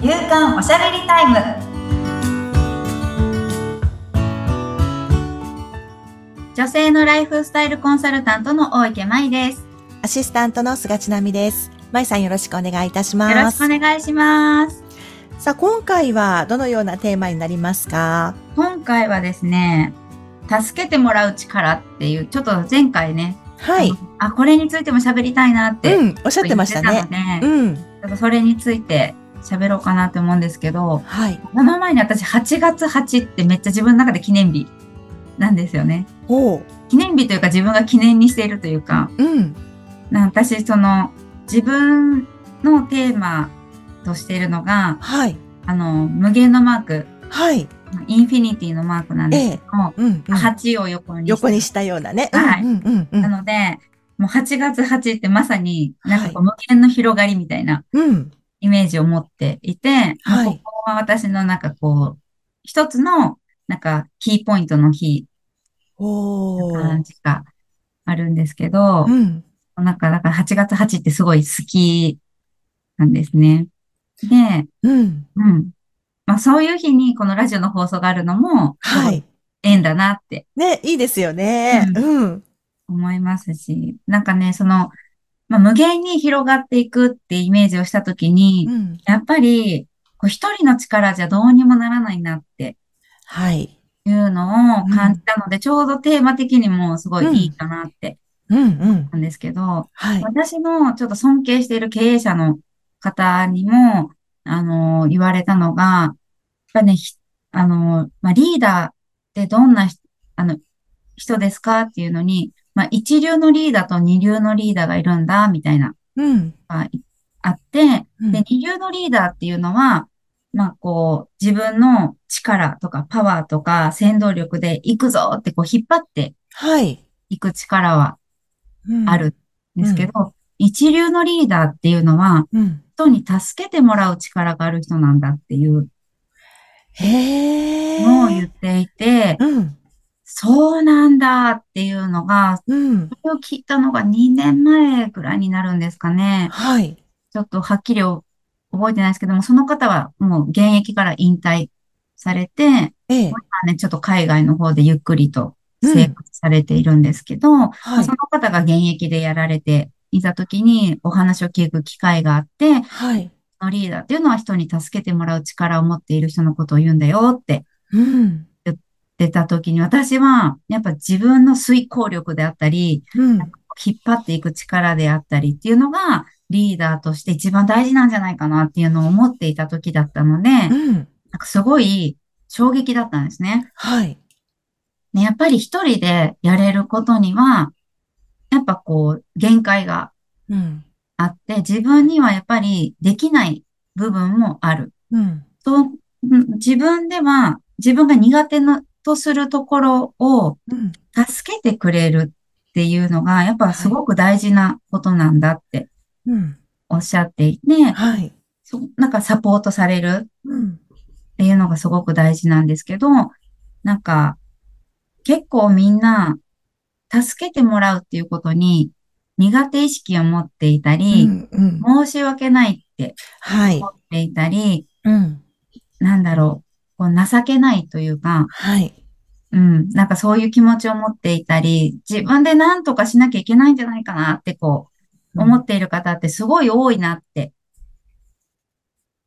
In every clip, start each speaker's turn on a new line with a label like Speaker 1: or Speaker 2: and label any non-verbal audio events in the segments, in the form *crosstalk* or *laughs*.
Speaker 1: 夕刊おしゃべりタイム女性のライフスタイルコンサルタントの大池舞です
Speaker 2: アシスタントの菅千奈美です。まいさんよろしくお願いいたし
Speaker 1: よろ
Speaker 2: ま
Speaker 1: し
Speaker 2: す。
Speaker 1: くお願いします
Speaker 2: さあ、今回はどのようなテーマになりますか
Speaker 1: 今回はですね助けてもらう力っていうちょっと前回ね
Speaker 2: はい。
Speaker 1: あこれについても喋りたいなって、
Speaker 2: うん、おっしゃってましたね。
Speaker 1: ね
Speaker 2: うん。
Speaker 1: それについて喋ろうかなと思うんですけど
Speaker 2: はい。
Speaker 1: この前に私8月8ってめっちゃ自分の中で記念日なんですよね
Speaker 2: おう。
Speaker 1: 記念日というか自分が記念にしているというか
Speaker 2: うん。
Speaker 1: な私その自分のテーマとしているのが
Speaker 2: はい。
Speaker 1: あの無限のマーク
Speaker 2: はい。
Speaker 1: インフィニティのマークなんですけども、
Speaker 2: うん、うん
Speaker 1: 8を横にして
Speaker 2: 横にしたようなね。
Speaker 1: はい
Speaker 2: うん、うん、う。
Speaker 1: なんのでもう8月8ってまさになんかこ
Speaker 2: は
Speaker 1: う無限の広がりみたいな
Speaker 2: うん。
Speaker 1: イメージを持っていて、
Speaker 2: はい
Speaker 1: もうここは私のなんかこう一つのなんかキーポイントの日
Speaker 2: おお。
Speaker 1: 感じがあるんですけど、
Speaker 2: うん。
Speaker 1: なんか、だから8月8ってすごい好きなんですね。で、
Speaker 2: うん。
Speaker 1: うん。まあそういう日にこのラジオの放送があるのも、
Speaker 2: は。い。
Speaker 1: 縁だなって
Speaker 2: ね、いいですよね。
Speaker 1: う
Speaker 2: うん。
Speaker 1: 思いますし、なんかね、その、まあ無限に広がっていくってイメージをしたときに
Speaker 2: う、ん。
Speaker 1: やっぱり、こう一人の力じゃどうにもならないなって
Speaker 2: はい。
Speaker 1: いうのを感じたので、ちょうどテーマ的にもすごいいいかなって
Speaker 2: うん、うん。
Speaker 1: なんですけど、
Speaker 2: はい。
Speaker 1: 私のちょっと尊敬している経営者の方にも、あの、言われたのが、やっぱね、ひあの、まあ、リーダーってどんなひあの人ですかっていうのに、まあ、一流のリーダーと二流のリーダーがいるんだ、みたいな、
Speaker 2: うん。
Speaker 1: あいあって、
Speaker 2: うん
Speaker 1: で、二流のリーダーっていうのは、まあ、こう、自分の力とかパワーとか戦闘力で行くぞってこう引っ張って
Speaker 2: はい。
Speaker 1: いく力は
Speaker 2: うん
Speaker 1: あ。るんですけど、一流のリーダーっていうのは、
Speaker 2: うん。
Speaker 1: 人に助けてもらう力がある人なんだっていう
Speaker 2: へえ。
Speaker 1: のを言っていて、
Speaker 2: うん。
Speaker 1: そうなんだっていうのが、
Speaker 2: うん。
Speaker 1: それを聞いたのが2年前ぐらいになるんですかね。
Speaker 2: はい。
Speaker 1: ちょっとはっきり覚えてないですけども、その方はもう現役から引退されて、
Speaker 2: ええ。
Speaker 1: 今ね、ちょっと海外の方でゆっくりと
Speaker 2: うん
Speaker 1: 生活されているんですけど、
Speaker 2: はい
Speaker 1: その。方が現役でやられていた時にお話を聞く機会があって、
Speaker 2: はい。
Speaker 1: のリーダーっていうのは人に助けてもらう力を持っている人のことを言うんだよって
Speaker 2: うん。
Speaker 1: 出た時に私はやっぱ自分の遂行力であったり、
Speaker 2: うん。
Speaker 1: 引っ張っていく力であったりっていうのがリーダーとして一番大事なんじゃないかなっていうのを思っていた時だったので、なん
Speaker 2: うん。
Speaker 1: かすごい衝撃だったんですね。
Speaker 2: はい。
Speaker 1: ね、やっぱり一人でやれることには、やっぱこう限界が
Speaker 2: うん。
Speaker 1: あって、自分にはやっぱりできない部分もある。
Speaker 2: うん。
Speaker 1: と、うん自分では、自分が苦手なとするところを
Speaker 2: うん。
Speaker 1: 助けてくれるっていうのが、やっぱすごく大事なことなんだって
Speaker 2: うん。
Speaker 1: おっしゃっていて、
Speaker 2: はい。
Speaker 1: そなんかサポートされる
Speaker 2: うん。
Speaker 1: っていうのがすごく大事なんですけど、なんか、結構みんな、助けてもらうっていうことに苦手意識を持っていた
Speaker 2: う
Speaker 1: り、
Speaker 2: ん。うん。
Speaker 1: 申し訳ないって
Speaker 2: はい
Speaker 1: 思。っていたり、
Speaker 2: うん。
Speaker 1: なんだろう、こう情けないというか、
Speaker 2: はい。
Speaker 1: うん、なんかそういう気持ちを持っていたり、自分で何とかしなきゃいけないんじゃないかなってこう、思っている方ってすごい多いなって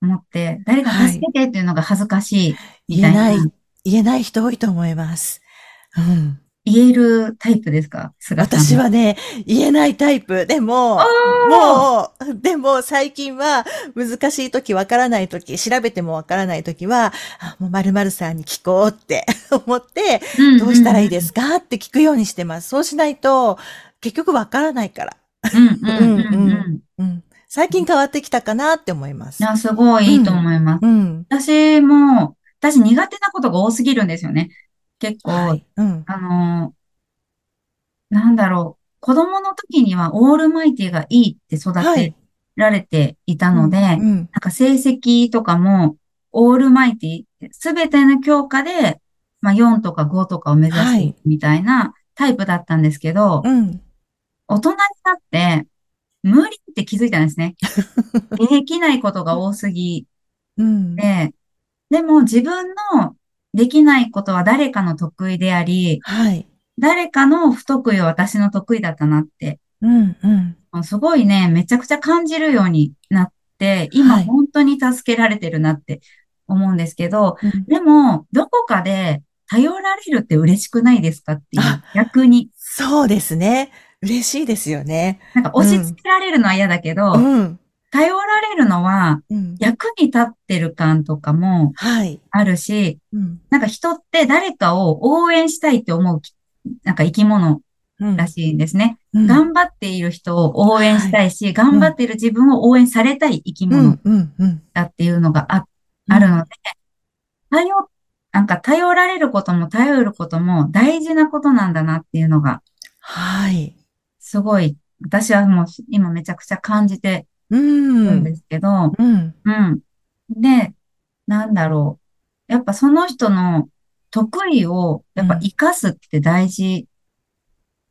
Speaker 1: 思って、誰か助けてっていうのが恥ずかしいみたいな、
Speaker 2: 言えない言えない人多いと思います。うん。
Speaker 1: 言えるタイプですか菅さん。
Speaker 2: 私。はね、言えないタイプ。でも、もう、でも最近は難しい時わからない時、調べてもわからない時は、あもう〇〇さんに聞こうって思って、どうしたらいいですすかって聞くようにしてます。そうしないと、結局わからないから。
Speaker 1: うんうんうんうん
Speaker 2: う
Speaker 1: う
Speaker 2: ん
Speaker 1: ん。
Speaker 2: うん。最近変わってきたかなって思いま
Speaker 1: い
Speaker 2: す。
Speaker 1: や、すごいいいと思います。
Speaker 2: うん。
Speaker 1: 私も、私苦手なことが多すぎるんですよね。結構、
Speaker 2: はい。うん。
Speaker 1: あのーなんだろう。子供の時にはオールマイティがいいって育
Speaker 2: はい
Speaker 1: てられていたので、
Speaker 2: う
Speaker 1: なん
Speaker 2: ん。
Speaker 1: か成績とかもオールマイティ、すべての教科で、まあ4とか5とかを目指
Speaker 2: は
Speaker 1: してい
Speaker 2: い
Speaker 1: くみたいなタイプだったんですけど、
Speaker 2: うん。
Speaker 1: 大人にな *laughs* って無理って気づいたんですね。できないことが多すぎ
Speaker 2: うん。
Speaker 1: で、でも自分のできないことは誰かの得意であり、
Speaker 2: はい。
Speaker 1: 誰かの不得意は私の得意だったなって、
Speaker 2: うん、うん。
Speaker 1: すごいね、めちゃくちゃ感じるようになって、今
Speaker 2: はい
Speaker 1: 本当に助けられてるなって思うんですけど、
Speaker 2: うん
Speaker 1: でも、どこかで頼られるって嬉しくないですかっていう
Speaker 2: あ、
Speaker 1: 逆に。
Speaker 2: そうですね。嬉しいですよね。
Speaker 1: なんか押し付けられるのは嫌だけど、
Speaker 2: うん。
Speaker 1: 頼られるのは
Speaker 2: うん。
Speaker 1: 役に立ってる感とかも
Speaker 2: はい。
Speaker 1: あるし、
Speaker 2: うん。
Speaker 1: なんか人って誰かを応援したいって思うき、なんか生き物
Speaker 2: うん
Speaker 1: らしいんですね。
Speaker 2: うん
Speaker 1: 頑張っている人を応援したいし、頑張っている自分を応援されたい生き
Speaker 2: う
Speaker 1: 物
Speaker 2: ん、うん、うん。
Speaker 1: だっていうのがああるので、頼、なんか頼られることも頼ることも大事なことなんだなっていうのが、
Speaker 2: はい。
Speaker 1: すごい、私はもう今めちゃくちゃ感じて
Speaker 2: う
Speaker 1: るん
Speaker 2: ん。
Speaker 1: ですけど、
Speaker 2: うん。
Speaker 1: うん。で、なんだろう。やっぱその人の得意をやっぱ活かすって大事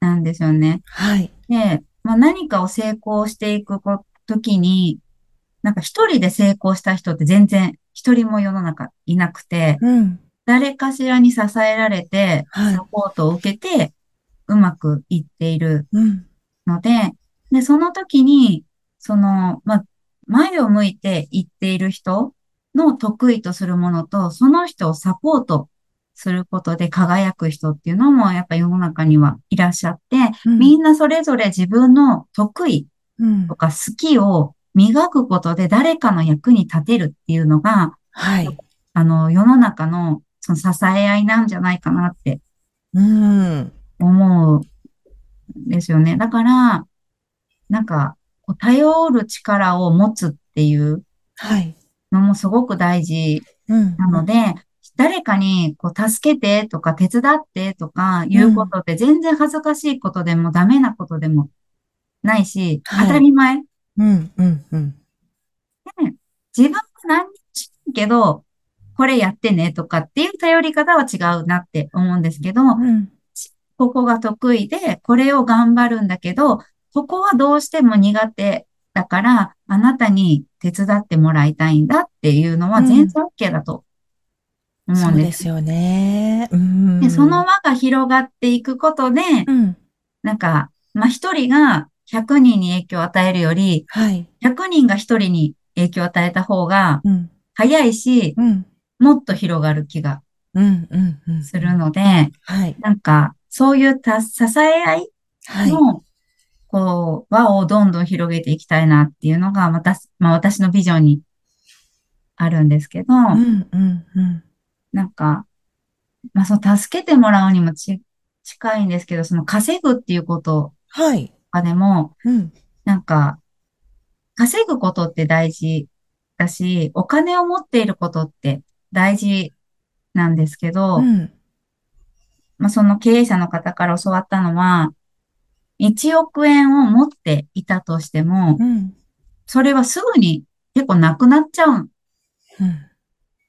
Speaker 1: なんですよね。
Speaker 2: はい。
Speaker 1: で、まあ、何かを成功していくこときに、なんか一人で成功した人って全然一人も世の中いなくて、
Speaker 2: うん。
Speaker 1: 誰かしらに支えられて、
Speaker 2: はい
Speaker 1: サポートを受けて、うまくいっている
Speaker 2: うん。
Speaker 1: ので、で、その時に、その、まあ、前を向いて行っている人の得意とするものと、その人をサポートすることで輝く人っていうのも、やっぱ世の中にはいらっしゃって、みんなそれぞれ自分の得意
Speaker 2: うん
Speaker 1: と。か好きを磨くことで誰かの役に立てるっていうのが、
Speaker 2: はい。
Speaker 1: あの、世の中のその支え合いなんじゃないかなって
Speaker 2: うん。
Speaker 1: 思うんですよね。だから、なんか、こう頼る力を持つっていう
Speaker 2: はい。
Speaker 1: のもすごく大事
Speaker 2: うん。
Speaker 1: なので、誰かにこう助けてとか手伝ってとかいうことって全然恥ずかしいことでもダメなことでもないし、
Speaker 2: はい
Speaker 1: 当たり前。
Speaker 2: うん。うん。うん。
Speaker 1: 自分は何にもしないけど、これやってねとかっていう頼り方は違うなって思うんですけど、
Speaker 2: うん。
Speaker 1: ここが得意で、これを頑張るんだけど、ここはどうしても苦手だから、あなたに手伝ってもらいたいんだっていうのは
Speaker 2: うん
Speaker 1: 全然 OK だと思
Speaker 2: そううんで
Speaker 1: です。
Speaker 2: すよね。うん。
Speaker 1: で、その輪が広がっていくことで、
Speaker 2: うん。
Speaker 1: なんか、まあ、一人が100人に影響を与えるより、
Speaker 2: はい。
Speaker 1: 100人が一人に影響を与えた方が
Speaker 2: うん。
Speaker 1: 早いし、
Speaker 2: うん。
Speaker 1: もっと広がる気が
Speaker 2: うん。うん。うん。
Speaker 1: する。ので、
Speaker 2: はい。
Speaker 1: なんか、そういうた支え合い
Speaker 2: はい。
Speaker 1: の、こう、輪をどんどん広げていきたいなっていうのが、また、まあ私のビジョンにあるんですけど、
Speaker 2: うん。うん。うん。
Speaker 1: なんか、まあその助けてもらうにもち近いんですけど、その稼ぐっていうこと
Speaker 2: はい。
Speaker 1: がでも、
Speaker 2: うん。
Speaker 1: なんか、稼ぐことって大事だし、お金を持っていることって大事なんですけど、
Speaker 2: うん。
Speaker 1: まあ、その経営者の方から教わったのは、1億円を持っていたとしても、
Speaker 2: うん。
Speaker 1: それはすぐに結構なくなっちゃうん。
Speaker 2: うん。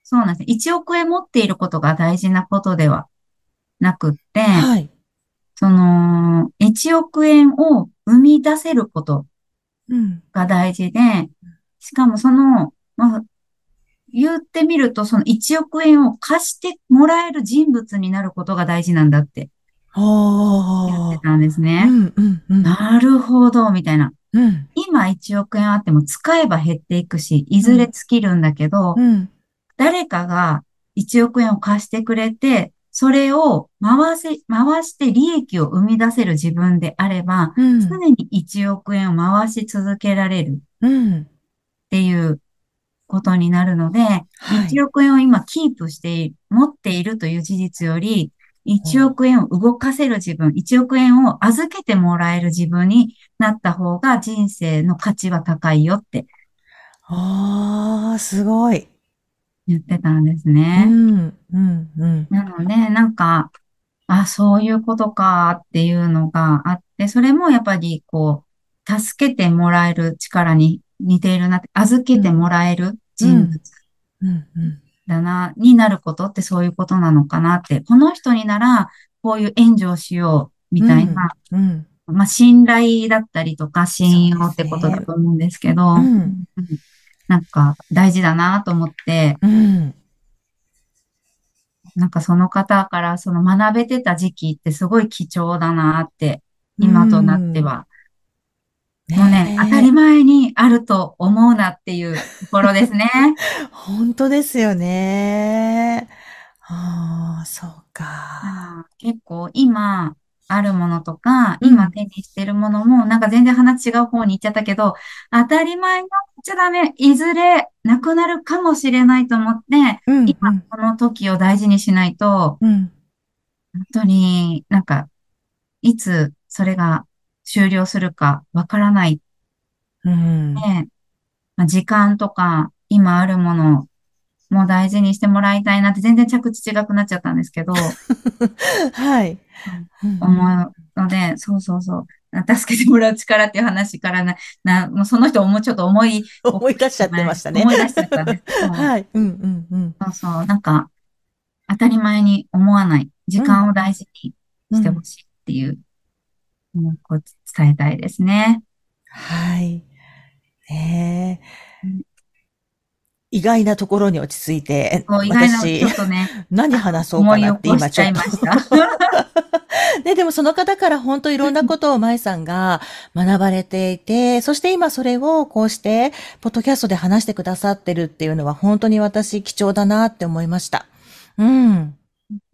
Speaker 1: そうなんです。1億円持っていることが大事なことではなくって、
Speaker 2: はい。
Speaker 1: その、1億円を生み出せること
Speaker 2: うん。
Speaker 1: が大事で、しかもその、まあ、言ってみると、その1億円を貸してもらえる人物になることが大事なんだって言っ
Speaker 2: お
Speaker 1: て
Speaker 2: ー。
Speaker 1: たんです
Speaker 2: う
Speaker 1: ね。
Speaker 2: ん。うん。うん。
Speaker 1: なるほど、みたいな。
Speaker 2: うん。
Speaker 1: 今1億円あっても使えば減っていくし、いずれ尽きるんだけど、
Speaker 2: うん。
Speaker 1: 誰かが1億円を貸してくれて、それを回せ、回して利益を生み出せる自分であれば、
Speaker 2: うん。
Speaker 1: 常に1億円を回し続けられるっ
Speaker 2: うん。
Speaker 1: ていうことになるので、
Speaker 2: はい。
Speaker 1: 1億円を今キープしている、持っているという事実より、1億円を動かせる自分、1億円を預けてもらえる自分になった方が人生の価値は高いよって
Speaker 2: ああ、すごい。
Speaker 1: 言ってたんです
Speaker 2: う
Speaker 1: ね。
Speaker 2: ん、うん、うん。
Speaker 1: なので、なんか、あ、そういうことかっていうのがあって、それもやっぱりこう、助けてもらえる力に似ているなって、預けてもらえる人物
Speaker 2: うん、うん。
Speaker 1: だな、になることってそういうことなのかなって、この人になら、こういう援助をしようみたいな、
Speaker 2: うん、
Speaker 1: まあ、信頼だったりとか、信用
Speaker 2: そう
Speaker 1: っ
Speaker 2: ですね
Speaker 1: てことだと思うんですけど、
Speaker 2: うん。
Speaker 1: なんか大事だなと思って、
Speaker 2: うん。
Speaker 1: なんかその方からその学べてた時期ってすごい貴重だなって、今となっては。もうね、当たり前にあると思うなって
Speaker 2: *laughs*
Speaker 1: いうところですね。
Speaker 2: 本当ですよね。ああ、そうか。
Speaker 1: あー結構今あるものとか、
Speaker 2: うん
Speaker 1: 今手にしてるものも、なんか全然話違う方に行っちゃったけど、当たり前になっちゃダメ。いずれなくなるかもしれないと思って、
Speaker 2: うん
Speaker 1: 今この時を大事にしないと、
Speaker 2: うん。
Speaker 1: 本当になんか、いつそれが終了するかわからない
Speaker 2: うん。
Speaker 1: ねまあ、時間とか、今あるものも大事にしてもらいたいなって、全然着地違くなっちゃったんですけど、
Speaker 2: *laughs* はい。うん
Speaker 1: 思うので、そうそうそう。助けてもらう力っていう話からな、な、もうその人をもうちょっと思い、
Speaker 2: 思い出しちゃってましたね
Speaker 1: 思。い出しちゃった
Speaker 2: *laughs*
Speaker 1: ね。そう
Speaker 2: はい。うんうんうん。
Speaker 1: そうそう。なんか、当たり前に思わない。時間を大事にしてほしいっていう、もうこう伝えたいですね。
Speaker 2: はい。ねえ
Speaker 1: うん
Speaker 2: 意外なところに落ち着いて、
Speaker 1: こう意外な、
Speaker 2: 私
Speaker 1: ちょ、っとね、
Speaker 2: 何話そう
Speaker 1: 思
Speaker 2: か
Speaker 1: い
Speaker 2: なっ
Speaker 1: 起
Speaker 2: て
Speaker 1: こ
Speaker 2: 今
Speaker 1: し
Speaker 2: ち
Speaker 1: ち
Speaker 2: ょ
Speaker 1: ゃい
Speaker 2: っ
Speaker 1: ま
Speaker 2: と。
Speaker 1: した。
Speaker 2: *laughs* ね、でもその方から本当いろんなことを舞さんが学ばれていて、そして今それをこうして、ポッドキャストで話してくださってるっていうのは本当に私貴重だなって思いました。うん。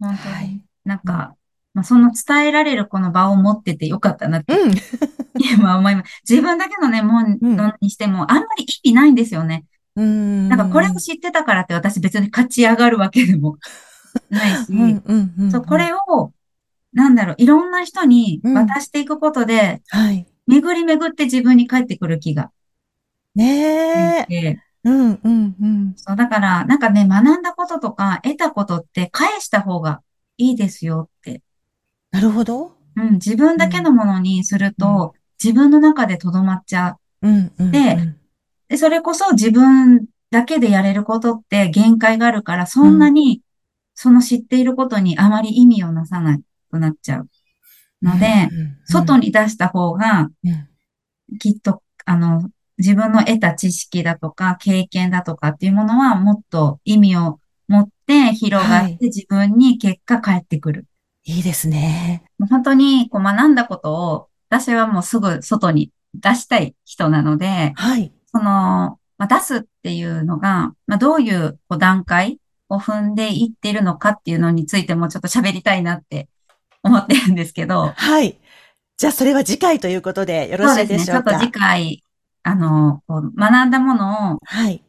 Speaker 1: 本当
Speaker 2: はい
Speaker 1: に。なんか、まあ、その伝えられるこの場を持っててよかったなって、
Speaker 2: うん。
Speaker 1: 今思います。自分だけのね、もん
Speaker 2: うん
Speaker 1: のにしても、あんまり意味ないんですよね。
Speaker 2: うん。
Speaker 1: なんかこれを知ってたからって私別に勝ち上がるわけで
Speaker 2: *laughs*
Speaker 1: もないし、
Speaker 2: うんうんうん。
Speaker 1: そう、こ。れを、なんだろう、いろんな人に
Speaker 2: うん
Speaker 1: 渡していくことで、
Speaker 2: はい。
Speaker 1: 巡り巡って自分に返ってくる気が
Speaker 2: ねえ。
Speaker 1: で、
Speaker 2: うんうんうん。
Speaker 1: そう、だから、なんかね、学んだこととか得たことって返した方がいいですよって
Speaker 2: なるほど。
Speaker 1: うん、自分だけのものにすると、自分の中で留まっちゃう。
Speaker 2: うんうんうん。
Speaker 1: でで、それこそ自分だけでやれることって限界があるから、そんなに、その知っていることにあまり意味をなさなくなっちゃうので、
Speaker 2: うんうんうん、
Speaker 1: 外に出した方が、
Speaker 2: うん
Speaker 1: きっと、あの、自分の得た知識だとか、経験だとかっていうものは、もっと意味を持って広が
Speaker 2: は
Speaker 1: っ
Speaker 2: い
Speaker 1: て、自分に結果返ってくる。
Speaker 2: いいですね。
Speaker 1: もう本当にこう学んだことを、私はもうすぐ外に出したい人なので、
Speaker 2: はい。
Speaker 1: その、まあ、出すっていうのが、まあ、どういうこう段階を踏んでいってるのかっていうのについてもちょっと喋りたいなって思ってるんですけど、
Speaker 2: はい。じゃあそれは次回ということでよろしいでし
Speaker 1: ちょ
Speaker 2: ょ
Speaker 1: っ
Speaker 2: う
Speaker 1: と
Speaker 2: か。
Speaker 1: 次回、あの、こう学んだものを
Speaker 2: はい。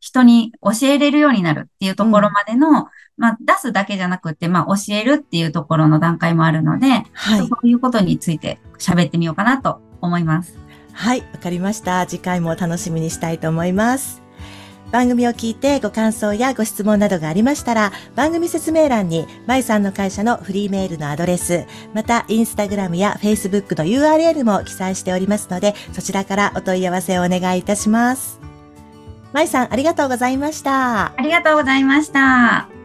Speaker 1: 人に教えれるようになるっていうところまでの、まあ、出すだけじゃなくて、まあ、教えるっていうところの段階もあるので、
Speaker 2: は
Speaker 1: そ
Speaker 2: い。
Speaker 1: ういうことについて喋ってみようかなと思います。
Speaker 2: はい。わかりました。次回も楽しみにしたいと思います。番組を聞いてご感想やご質問などがありましたら、番組説明欄に、まいさんの会社のフリーメールのアドレス、また、インスタグラムやフェイスブックの URL も記載しておりますので、そちらからお問い合わせをお願いいたします。まいさん、ありがとうございました。
Speaker 1: ありがとうございました。